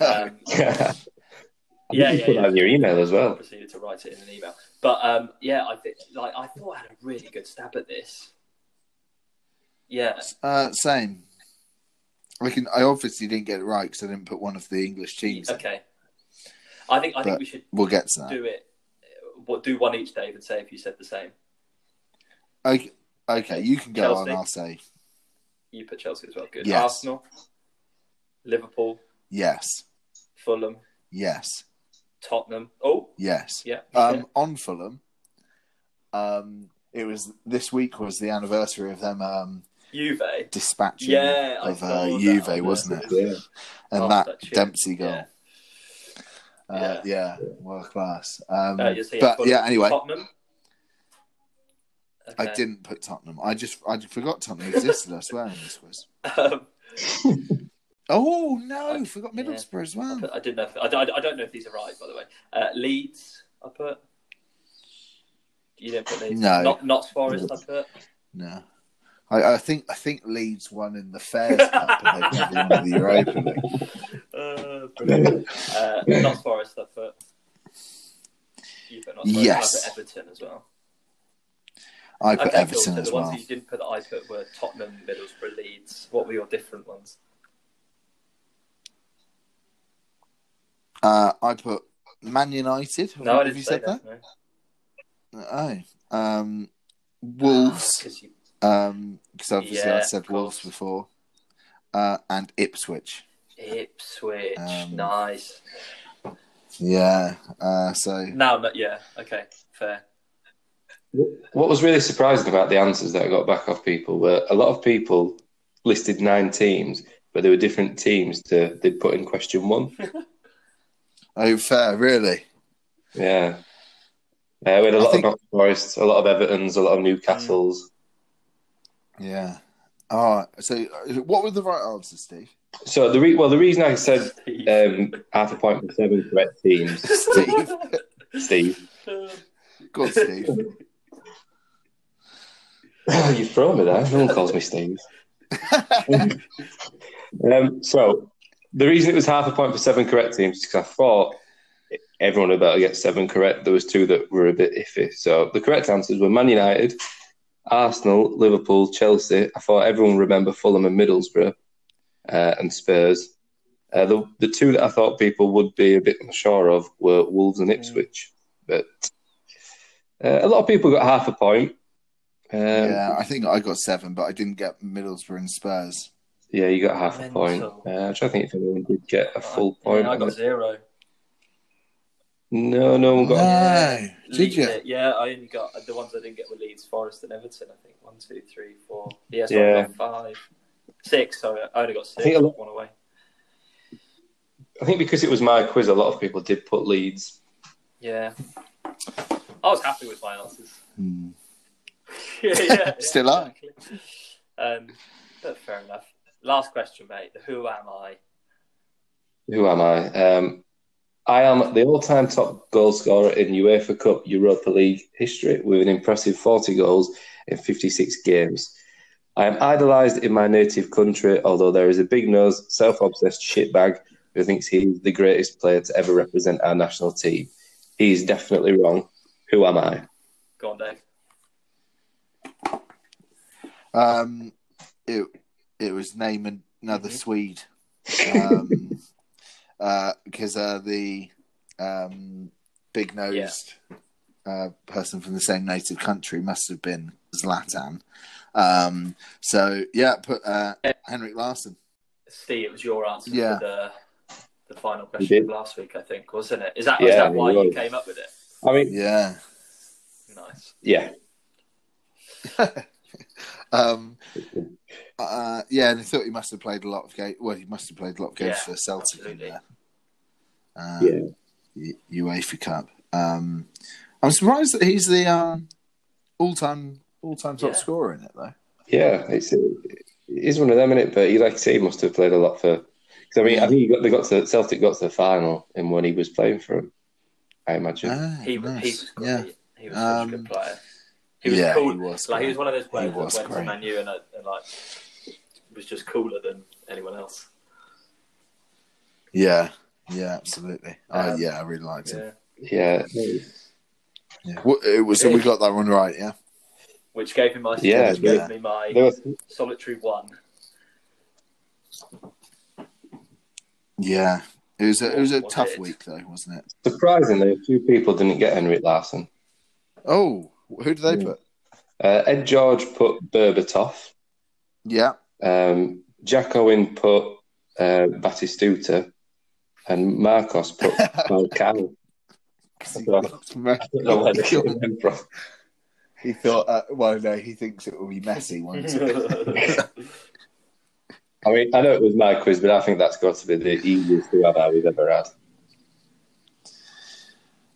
Speaker 1: Um,
Speaker 3: yeah,
Speaker 1: Yeah,
Speaker 3: you
Speaker 1: yeah,
Speaker 3: put
Speaker 1: yeah.
Speaker 3: that in your email as
Speaker 1: I
Speaker 3: well.
Speaker 1: proceeded to write it in an email, but um, yeah, I think like I thought I had a really good stab at this. Yeah,
Speaker 2: Uh, same. I can. I obviously didn't get it right because I didn't put one of the English teams. in.
Speaker 1: okay. I think I think
Speaker 2: But-
Speaker 1: we should
Speaker 2: We'll get to that.
Speaker 1: do it. What do one each, Dave, and say if you said the same.
Speaker 2: Okay, okay, you can go
Speaker 1: Chelsea.
Speaker 2: on. I'll say
Speaker 1: You put Chelsea as well. Good.
Speaker 2: Yes.
Speaker 1: Arsenal, Liverpool,
Speaker 2: yes,
Speaker 1: Fulham,
Speaker 2: yes,
Speaker 1: Tottenham. Oh,
Speaker 2: yes.
Speaker 1: yeah.
Speaker 2: Um, on Fulham, um, it was this week was the anniversary of them um,
Speaker 1: Juve.
Speaker 2: dispatching
Speaker 1: Yeah, I
Speaker 2: of
Speaker 1: saw
Speaker 2: uh,
Speaker 1: that
Speaker 2: Juve,
Speaker 1: on the-
Speaker 2: wasn't it?
Speaker 3: Yeah.
Speaker 2: And
Speaker 1: Oh,
Speaker 2: that
Speaker 1: that shit.
Speaker 2: Dempsey goal.
Speaker 1: Yeah.
Speaker 2: Uh, yeah, world class. Um,
Speaker 1: Uh, you'll see it.
Speaker 2: but
Speaker 1: Fulham,
Speaker 2: yeah, anyway,
Speaker 1: Tottenham.
Speaker 2: I
Speaker 1: Okay.
Speaker 2: didn't put Tottenham. I just I forgot Tottenham existed. I swear, in this was.
Speaker 1: Um,
Speaker 2: Oh no,
Speaker 1: I-
Speaker 2: forgot
Speaker 1: yeah.
Speaker 2: Middlesbrough as
Speaker 1: I
Speaker 2: well.
Speaker 1: put- I didn't know. If, I, don't- I don't know if these are right, by the way. Uh, Leeds, I put. You didn't put Leeds.
Speaker 2: No.
Speaker 1: Not, Knox Forest, I put.
Speaker 2: No. I, I think I think Leeds won in the Fairs Cup and they probably won the Europa League.
Speaker 1: Uh, brilliant. uh, Knox Forest, I put. You put Knox Forest.
Speaker 2: Yes.
Speaker 1: I put Everton as well.
Speaker 2: I put
Speaker 1: Okay, cool.
Speaker 2: Everton
Speaker 1: So
Speaker 2: as
Speaker 1: the
Speaker 2: well.
Speaker 1: ones you didn't put that I put were Tottenham, Middlesbrough, Leeds. What were your different ones?
Speaker 2: Uh, I put Man United. Have,
Speaker 1: No, I
Speaker 2: have
Speaker 1: didn't
Speaker 2: you
Speaker 1: say
Speaker 2: said that?
Speaker 1: that. no.
Speaker 2: Oh. Um,
Speaker 1: Ah,
Speaker 2: Wolves.
Speaker 1: 'cause you-
Speaker 2: Because obviously
Speaker 1: Yeah,
Speaker 2: I said
Speaker 1: of
Speaker 2: Wolves
Speaker 1: course.
Speaker 2: before. Uh, and Ipswich.
Speaker 1: Ipswich,
Speaker 2: Um,
Speaker 1: nice.
Speaker 2: Yeah. Uh, so
Speaker 1: No, no, yeah, okay, fair.
Speaker 3: What was really surprising about the answers that I got back off people were a lot of people listed nine teams, but there were different teams to they put in question one.
Speaker 2: oh, fair, really.
Speaker 3: Yeah. Uh, we had a
Speaker 2: I
Speaker 3: lot
Speaker 2: think-
Speaker 3: of Knox Forest, a lot of Everton's, a lot of Newcastle's.
Speaker 2: Yeah. Oh, so uh, what were the right answers, Steve?
Speaker 3: So the re- well, the reason I said
Speaker 1: Steve.
Speaker 3: um, half a point for seven correct teams,
Speaker 2: Steve,
Speaker 3: Steve,
Speaker 2: go on, Steve.
Speaker 3: you've thrown me there. No one calls me Steve. Um, so the reason it was half a point for seven correct teams is because I thought everyone about to get seven correct. There was two that were a bit iffy. So the correct answers were Man United, Arsenal, Liverpool, Chelsea. I thought everyone would remember Fulham and Middlesbrough uh, and Spurs. Uh, the the two that I thought people would be a bit unsure of were Wolves and Ipswich, but uh, a lot of people got half a point. Um,
Speaker 2: yeah, I think I got seven, but I didn't get Middlesbrough and Spurs.
Speaker 3: Yeah, you got half a point.
Speaker 1: Mental.
Speaker 3: Uh, I'm trying to think if anyone did get a full
Speaker 1: Yeah,
Speaker 3: point.
Speaker 1: I got zero.
Speaker 3: No, no one got.
Speaker 2: no, did
Speaker 1: Leeds,
Speaker 2: you?
Speaker 1: uh, Yeah, I only got the ones I didn't get were Leeds, Forest, and Everton. I think one, two, three, four. Yes,
Speaker 3: Yeah.
Speaker 1: I got five. Six. Sorry, I only got six.
Speaker 3: I think a lot-
Speaker 1: one away.
Speaker 3: I think because it was my quiz, a lot of people did put Leeds.
Speaker 1: Yeah. I was happy with my answers.
Speaker 2: Hmm.
Speaker 1: yeah, yeah,
Speaker 2: Still are.
Speaker 1: exactly. Um, but fair enough. Last question, mate. The Who am I?
Speaker 3: Who am I? Um, I am the all-time top goal scorer in UEFA Cup Europa League history with an impressive 40 goals in 56 games. I am idolised in my native country, although there is a big-nosed, self-obsessed shitbag who thinks he is the greatest player to ever represent our national team. He is definitely wrong. Who am I?
Speaker 1: Go on, Dave.
Speaker 2: Um, it it was name another Swede, um, uh, because uh, the um, big nosed uh, person from the same native country must have been Zlatan. Um, so yeah, put uh, Henrik Larsson.
Speaker 1: Steve, it was your answer
Speaker 2: Yeah.
Speaker 1: for the, the final
Speaker 3: did.
Speaker 1: question of last week, I think, wasn't it? Is that, is
Speaker 3: Yeah,
Speaker 1: that why
Speaker 3: it
Speaker 1: you
Speaker 3: was.
Speaker 1: came up with it?
Speaker 3: I mean,
Speaker 2: Yeah.
Speaker 1: Nice.
Speaker 3: yeah,
Speaker 2: Um, uh, yeah, and I thought he must have played a lot of games. Well, he must have played a lot of games
Speaker 1: Yeah,
Speaker 2: for Celtic
Speaker 1: absolutely.
Speaker 2: in there. Uh,
Speaker 3: Yeah.
Speaker 2: U- UEFA Cup. Um, I'm surprised that he's the um, all-time all-time top
Speaker 1: Yeah.
Speaker 2: scorer in it, though.
Speaker 3: Yeah, it's it is one of them, innit? But he, like I say, he must have played a lot for. Because I mean, I think he got they got to Celtic got to the final, and when he was playing for him, I imagine.
Speaker 2: Ah,
Speaker 1: He, was
Speaker 2: nice.
Speaker 1: he was great.
Speaker 2: yeah,
Speaker 1: He was such a
Speaker 2: Um,
Speaker 1: good player. He was
Speaker 2: yeah,
Speaker 1: cool.
Speaker 2: he was.
Speaker 1: like, he was
Speaker 2: great.
Speaker 1: one of those players
Speaker 2: was
Speaker 1: that went
Speaker 2: great.
Speaker 1: to Man U and, uh, and, like, was just cooler than anyone else.
Speaker 2: Yeah, yeah, absolutely. I
Speaker 1: Um,
Speaker 2: yeah, I really liked him.
Speaker 1: Yeah.
Speaker 3: yeah,
Speaker 2: Yeah. What- it was, so we got that one right, yeah.
Speaker 1: Which gave me my,
Speaker 3: Yeah,
Speaker 1: which gave
Speaker 2: yeah.
Speaker 1: me my
Speaker 3: there was
Speaker 1: solitary one.
Speaker 2: Yeah, it was a, it was a
Speaker 1: Was
Speaker 2: tough
Speaker 1: it?
Speaker 2: week though, wasn't it?
Speaker 3: surprisingly a few people didn't get Henrik Larsson.
Speaker 2: Oh, who did they
Speaker 3: Yeah.
Speaker 2: put?
Speaker 3: Uh, Ed George put Berbatov.
Speaker 2: Yeah,
Speaker 3: Um, Jack Owen put uh, Batistuta, and Marcos put Falcao. I don't know where they came from.
Speaker 2: He thought, uh, well, no, he thinks it will be messy once.
Speaker 3: I mean, I know it was my quiz, but I think that's got to be the easiest who have I we've ever had.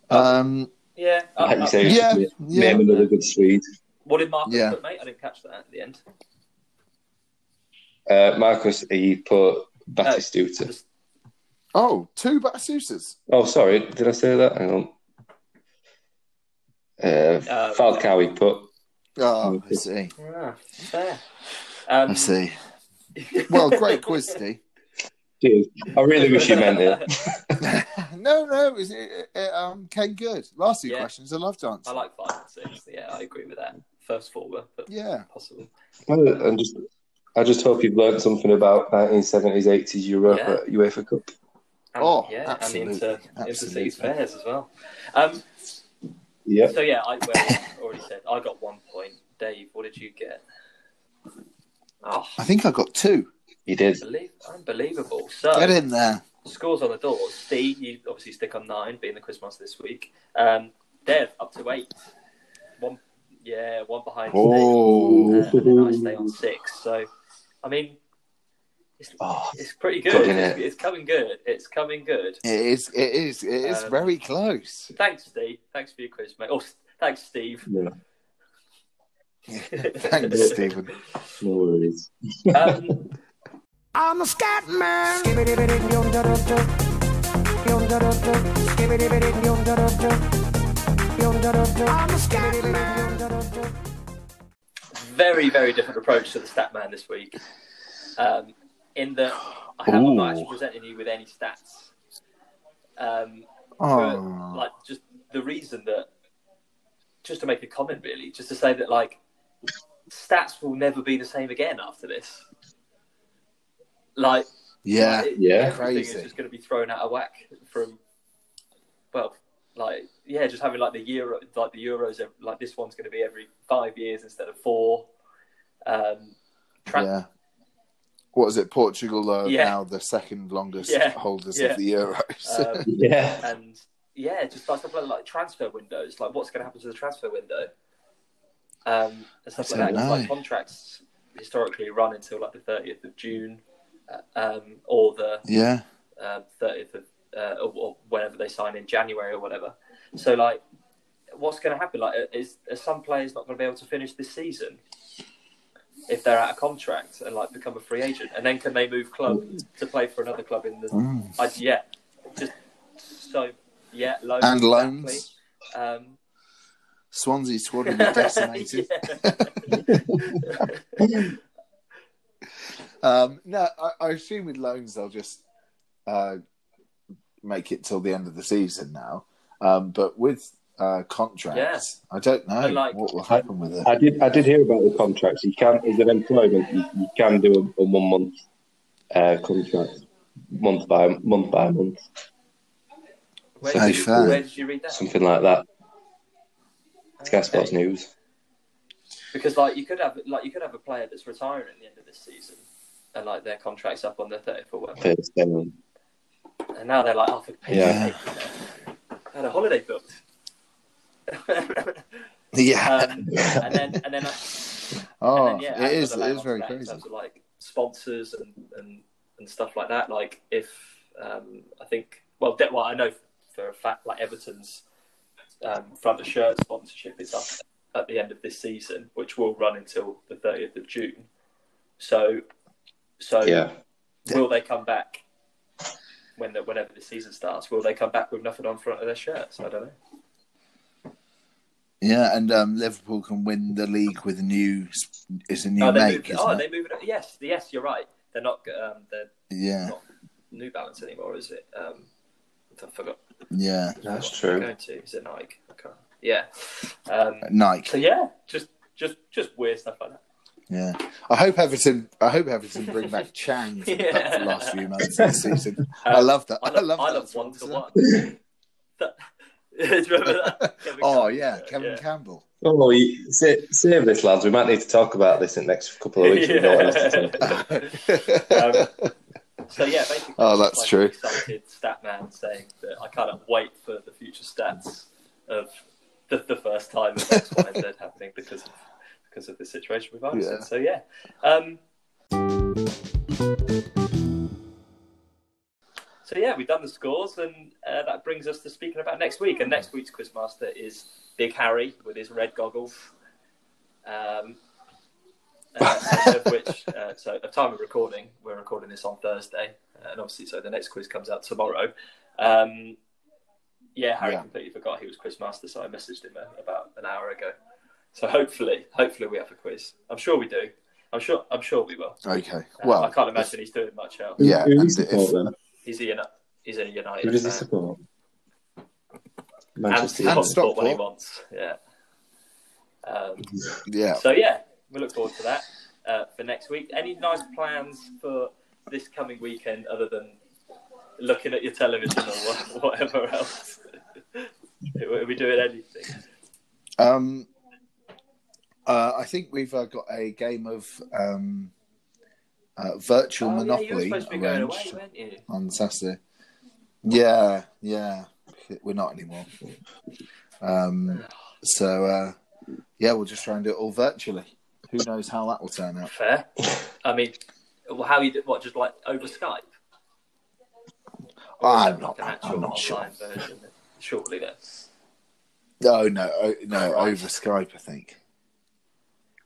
Speaker 2: um,
Speaker 1: yeah. I-
Speaker 3: Like you
Speaker 1: I-
Speaker 3: say, it's
Speaker 2: yeah,
Speaker 3: just me-
Speaker 2: yeah.
Speaker 3: Name another good Swede.
Speaker 1: What did Marcus
Speaker 2: Yeah.
Speaker 1: put, mate? I didn't catch that at the end.
Speaker 3: Uh, Marcus, he put Batistuta.
Speaker 1: Just-
Speaker 2: Oh, two Batisusas.
Speaker 3: Oh, sorry, did I say that? Hang on. Uh,
Speaker 1: Uh,
Speaker 3: Falcao, he put.
Speaker 2: Oh, I see.
Speaker 1: Ah, fair. Um,
Speaker 2: I see. Well, great quiz, Steve.
Speaker 3: Cheers. I really wish you meant it.
Speaker 2: no, no, it, was, it, it um, came good. Last two
Speaker 1: Yeah.
Speaker 2: questions, I loved
Speaker 1: I
Speaker 2: answering.
Speaker 1: like five and six. Yeah, I agree with that. First four were but
Speaker 2: Yeah,
Speaker 1: possible.
Speaker 3: Well, I'm just, I just hope you've learned something about 1970s, 80s Europa UEFA Cup.
Speaker 1: And,
Speaker 2: Oh,
Speaker 1: yeah,
Speaker 2: absolutely,
Speaker 1: and the inter,
Speaker 2: absolutely.
Speaker 1: interseas fairs as well. Um,
Speaker 3: Yeah.
Speaker 1: so yeah, I well, already said I got one point. Dave, what did you get? Oh,
Speaker 2: I think I got two.
Speaker 3: He did.
Speaker 1: unbelie- unbelievable. So
Speaker 2: Get in there.
Speaker 1: scores on the door. Steve, you obviously stick on nine, being the quizmaster this week. Um, Dev up to eight. One, yeah, one behind.
Speaker 2: Oh.
Speaker 1: Steve. Uh, and then I stay on six. So, I mean, it's,
Speaker 3: Oh,
Speaker 1: it's pretty good.
Speaker 3: Good, innit?
Speaker 1: it's, it's coming good. It's coming good.
Speaker 2: It is. It is. It is
Speaker 1: Um,
Speaker 2: very close.
Speaker 1: Thanks, Steve. Thanks for your quiz, mate. Oh, thanks, Steve.
Speaker 3: no,
Speaker 2: Thanks, Stephen.
Speaker 3: no worries.
Speaker 1: Um,
Speaker 4: I'm a scat man. I'm a scat man.
Speaker 1: very, very different approach to the stat man this week. Um, in that I haven't
Speaker 2: Ooh.
Speaker 1: got actually presented you with any stats. Um, but,
Speaker 2: Oh,
Speaker 1: like just the reason that just to make a comment really just to say that like stats will never be the same again after this like
Speaker 2: yeah.
Speaker 1: it-
Speaker 3: yeah.
Speaker 1: everything
Speaker 2: Crazy.
Speaker 1: is just going to be thrown out of whack from well like yeah just having like the euro like the euros ev- like this one's going to be every five years instead of four um tra-
Speaker 2: Yeah. What is it? Portugal are
Speaker 1: Yeah.
Speaker 2: now the second longest
Speaker 1: Yeah.
Speaker 2: holders
Speaker 1: Yeah.
Speaker 2: of the Euros.
Speaker 1: um,
Speaker 3: Yeah.
Speaker 1: and yeah, just like stuff like, like transfer windows, like what's going to happen to the transfer window, um, and stuff like that.
Speaker 2: I don't
Speaker 1: It's
Speaker 2: know.
Speaker 1: like contracts historically run until like the 30th of June uh, um, or the
Speaker 2: Yeah.
Speaker 1: um, 30th of uh, or, or whenever they sign in January or whatever. So like, what's going to happen? Like, uh, is are some players not going to be able to finish this season if they're out of contract and like become a free agent? And then can they move club to play for another club in the?
Speaker 2: Mm.
Speaker 1: I, yeah, just so yeah, loans
Speaker 2: And
Speaker 1: exactly.
Speaker 2: loans.
Speaker 1: Um,
Speaker 2: Swansea squad would be decimated. Um, no, I, I assume with loans they'll just uh, make it till the end of the season now. Um, but with uh, contracts, I don't know
Speaker 1: And, like- Um,
Speaker 2: what will happen with it.
Speaker 3: I did. I did hear about the contracts. You can, as an employment, you, you can do a, a one month uh, contract, month by month by month,
Speaker 1: where,
Speaker 2: Hey,
Speaker 1: did you,
Speaker 2: fair.
Speaker 1: where did you read that?
Speaker 3: something like that. Sky Sports News.
Speaker 1: Because like you could have like you could have a player that's retiring at the end of this season, and like their contract's up on the 30th or whatever.
Speaker 3: First, um,
Speaker 1: And now they're like, oh, for Pete's
Speaker 3: Yeah.
Speaker 1: sake, I had a holiday booked.
Speaker 2: Yeah.
Speaker 1: um, and then, and then, I-
Speaker 2: oh,
Speaker 1: and then, yeah,
Speaker 2: it is.
Speaker 1: after that,
Speaker 2: It is very
Speaker 1: after that, "Oh, in
Speaker 2: crazy.
Speaker 1: terms of, like sponsors and, and and stuff like that. Like if um, I think, well, de- well, I know for a fact, like Everton's um, front of shirt sponsorship is up at the end of this season, which will run until the 30th of June. So, so
Speaker 3: yeah,
Speaker 1: will they come back when the, whenever the season starts? Will they come back with nothing on front of their shirts? I don't know.
Speaker 2: Yeah, and um, Liverpool can win the league with a new. It's a new
Speaker 1: oh, they
Speaker 2: make.
Speaker 1: moved,
Speaker 2: Isn't
Speaker 1: oh,
Speaker 2: it?
Speaker 1: they moved. it- Yes, yes, you're right. They're not. Um, they're
Speaker 2: Yeah,
Speaker 1: not New Balance anymore, is it? Um, I forgot.
Speaker 2: yeah.
Speaker 3: that's
Speaker 1: what
Speaker 3: true.
Speaker 1: they're Going to is it Nike? I can't. Yeah. Um, so
Speaker 2: Nike.
Speaker 1: yeah, just just just weird stuff like that.
Speaker 2: Yeah. I hope Everton. I hope Everton bring back Chang for
Speaker 1: Yeah. Um,
Speaker 2: the last few months of the season. I love that. I love, that.
Speaker 1: I love one to
Speaker 2: sponsor.
Speaker 1: one. Do you remember that? Kevin
Speaker 2: Oh
Speaker 1: Campbell,
Speaker 2: yeah, Kevin Campbell.
Speaker 3: Oh, you- sa- save this, lads. We might need to talk about this in the next couple of weeks. We don't want us to talk.
Speaker 2: Um,
Speaker 1: Um, So yeah, basically.
Speaker 2: Oh, that's
Speaker 1: like
Speaker 2: true.
Speaker 1: an Excited stat man saying that I cannot wait for the future stats of the, the first time of X, Y, and Z happening because of, because of the situation with Iverson.
Speaker 2: Yeah.
Speaker 1: So yeah, um, so yeah, we've done the scores, and uh, that brings us to speaking about next week. And next week's quizmaster is Big Harry with his red goggles. Um, uh, of which, uh, so at time of recording, we're recording this on Thursday, uh, and obviously, so the next quiz comes out tomorrow. Um, yeah, Harry
Speaker 2: Yeah.
Speaker 1: completely forgot he was quizmaster, so I messaged him uh, about an hour ago. So hopefully, hopefully we have a quiz. I'm sure we do. I'm sure. I'm sure we will.
Speaker 2: Okay.
Speaker 1: Uh,
Speaker 2: Well,
Speaker 1: I can't imagine he's doing much else.
Speaker 2: Yeah,
Speaker 3: Who,
Speaker 2: and
Speaker 3: does he support
Speaker 2: if-
Speaker 3: then?
Speaker 1: He's a Uni- he's a United.
Speaker 3: Who does he
Speaker 1: fan.
Speaker 3: support?
Speaker 1: and
Speaker 3: Manchester.
Speaker 1: Stockport
Speaker 3: United.
Speaker 1: when he
Speaker 2: Stockport.
Speaker 1: wants. Yeah. Um,
Speaker 2: Yeah.
Speaker 1: So yeah, we look forward to that uh, for next week. Any nice plans for this coming weekend other than looking at your television or wha- whatever else? Are we doing anything?
Speaker 2: Um. Uh, I think we've uh, got a game of um, uh, virtual
Speaker 1: Oh, yeah, you were
Speaker 2: Monopoly
Speaker 1: supposed to be going away,
Speaker 2: arranged
Speaker 1: weren't you?
Speaker 2: on Saturday. Yeah, yeah, we're not anymore. Um, so uh, yeah, we'll just try and do it all virtually. Who knows how that will turn out?
Speaker 1: Fair. I mean, well, how you do, what? Just like over Skype? Or is
Speaker 2: I'm
Speaker 1: that
Speaker 2: not-
Speaker 1: an
Speaker 2: I'm
Speaker 1: actual
Speaker 2: not sure.
Speaker 1: online version Shortly then.
Speaker 2: No, no, oh, no,
Speaker 1: Right.
Speaker 2: over Skype, I think.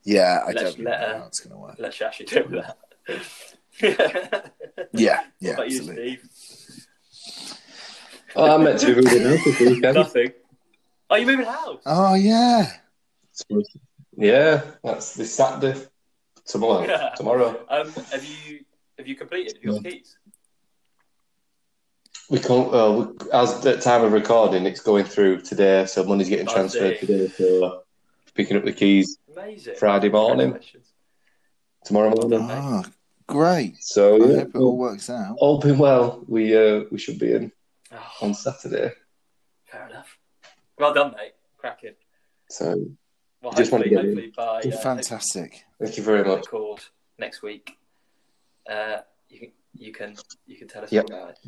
Speaker 2: Yeah, I
Speaker 1: Let's
Speaker 2: don't know
Speaker 1: let her-
Speaker 2: how it's going to work.
Speaker 1: Let's actually do that. What
Speaker 2: Yeah, yeah,
Speaker 1: about you,
Speaker 2: absolutely.
Speaker 1: Steve?
Speaker 3: Oh, I'm meant to be moving house this weekend.
Speaker 1: Nothing. Are you moving house?
Speaker 2: Oh yeah,
Speaker 3: Yeah, that's this Saturday. Tomorrow. Tomorrow.
Speaker 1: Um, have you have you completed your keys?
Speaker 3: We can't. Uh, we, as the time of recording, it's going through today, so money's getting
Speaker 1: I
Speaker 3: transferred
Speaker 1: see.
Speaker 3: today. So picking up the keys
Speaker 1: Amazing.
Speaker 3: Friday morning,
Speaker 1: Congratulations.
Speaker 3: tomorrow morning.
Speaker 2: oh great.
Speaker 3: So
Speaker 2: I
Speaker 3: Oh, yeah,
Speaker 2: hope it all works out.
Speaker 3: all been well. We uh, we should be in
Speaker 1: Oh,
Speaker 3: on Saturday.
Speaker 1: fair enough. Well done, mate. Cracking.
Speaker 3: So
Speaker 1: Well,
Speaker 3: Just wanted
Speaker 1: hopefully,
Speaker 3: to
Speaker 1: hopefully by uh,
Speaker 2: Fantastic.
Speaker 3: thank you very
Speaker 1: hopefully
Speaker 3: much.
Speaker 1: called next week, uh, you can you can you can tell us
Speaker 3: Yep.
Speaker 1: all about it.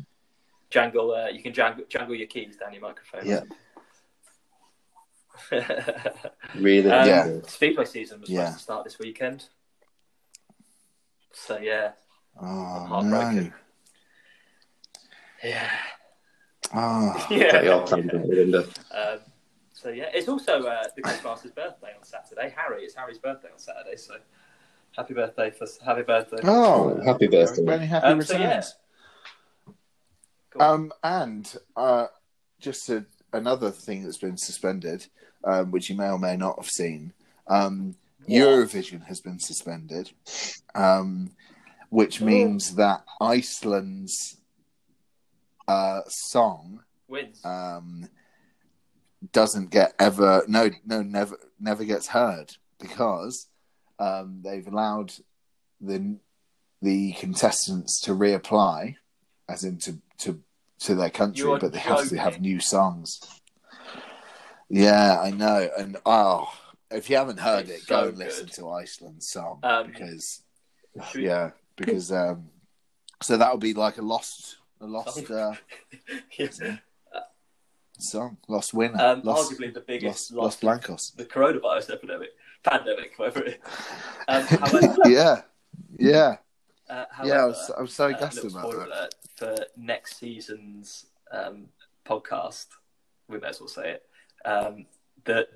Speaker 1: Jangle, uh, you can jangle, jangle your keys down your microphone.
Speaker 2: Yep.
Speaker 1: um,
Speaker 3: Really.
Speaker 2: Yeah.
Speaker 1: Speedway season was
Speaker 2: Yeah.
Speaker 1: supposed to start this weekend. So yeah,
Speaker 2: Oh no.
Speaker 1: heartbroken. yeah,
Speaker 2: Oh,
Speaker 3: Got
Speaker 1: yeah.
Speaker 3: your plans out the window.
Speaker 1: Um, so yeah, it's also uh, the Ghostmaster's birthday on Saturday. Harry, it's Harry's birthday on Saturday. So happy birthday for happy birthday.
Speaker 2: oh.
Speaker 3: Happy birthday.
Speaker 2: Many happy
Speaker 1: Um, so, yeah.
Speaker 2: returns.
Speaker 1: Go on.
Speaker 2: Um, and uh, just a, another thing that's been suspended, um, which you may or may not have seen. Um, Eurovision has been suspended, um, which means that Iceland's uh, song
Speaker 1: Wins.
Speaker 2: um, doesn't get ever no no never never gets heard because um, they've allowed the the contestants to reapply as in to to, to their country
Speaker 1: You're
Speaker 2: but they have to have
Speaker 1: joking.
Speaker 2: new songs yeah i know and oh if you haven't heard
Speaker 1: It's
Speaker 2: it go
Speaker 1: so
Speaker 2: and listen
Speaker 1: good.
Speaker 2: to iceland's song
Speaker 1: Um,
Speaker 2: because
Speaker 1: Should we-
Speaker 2: yeah because um so that would be like a lost a lost uh,
Speaker 1: Yeah.
Speaker 2: song lost winner
Speaker 1: Um,
Speaker 2: lost
Speaker 1: arguably the
Speaker 2: Los,
Speaker 1: biggest
Speaker 2: Los
Speaker 1: loss
Speaker 2: Blancos.
Speaker 1: the coronavirus epidemic, pandemic, whatever it is. Um, however,
Speaker 2: yeah, yeah,
Speaker 1: uh, however,
Speaker 2: yeah. I was, I was so
Speaker 1: uh,
Speaker 2: gutted
Speaker 1: little
Speaker 2: about
Speaker 1: spoiler
Speaker 2: that.
Speaker 1: alert for next season's um, podcast, we may as well say it. Um, the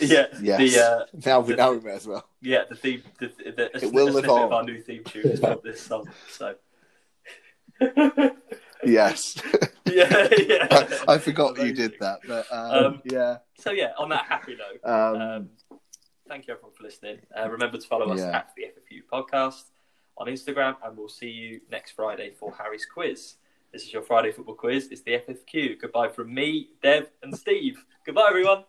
Speaker 1: yeah,
Speaker 2: yes.
Speaker 1: the uh,
Speaker 2: now we
Speaker 1: the-
Speaker 2: now we may as well.
Speaker 1: yeah, the theme, the, the, the, a
Speaker 2: It will
Speaker 1: snippet
Speaker 2: live
Speaker 1: of
Speaker 2: on.
Speaker 1: our new theme tune is from this song. So yeah,
Speaker 2: Yes,
Speaker 1: yeah.
Speaker 2: I, I forgot you
Speaker 1: Amazing.
Speaker 2: did that, but um,
Speaker 1: Um,
Speaker 2: yeah.
Speaker 1: So yeah, on that happy note.
Speaker 2: Um,
Speaker 1: Um, thank you everyone for listening. Uh, remember to follow us
Speaker 2: Yeah.
Speaker 1: at the FFU podcast on Instagram, and we'll see you next Friday for Harry's quiz. This is your Friday football quiz. It's the FFQ. Goodbye from me, Dev, and Steve. Goodbye, everyone.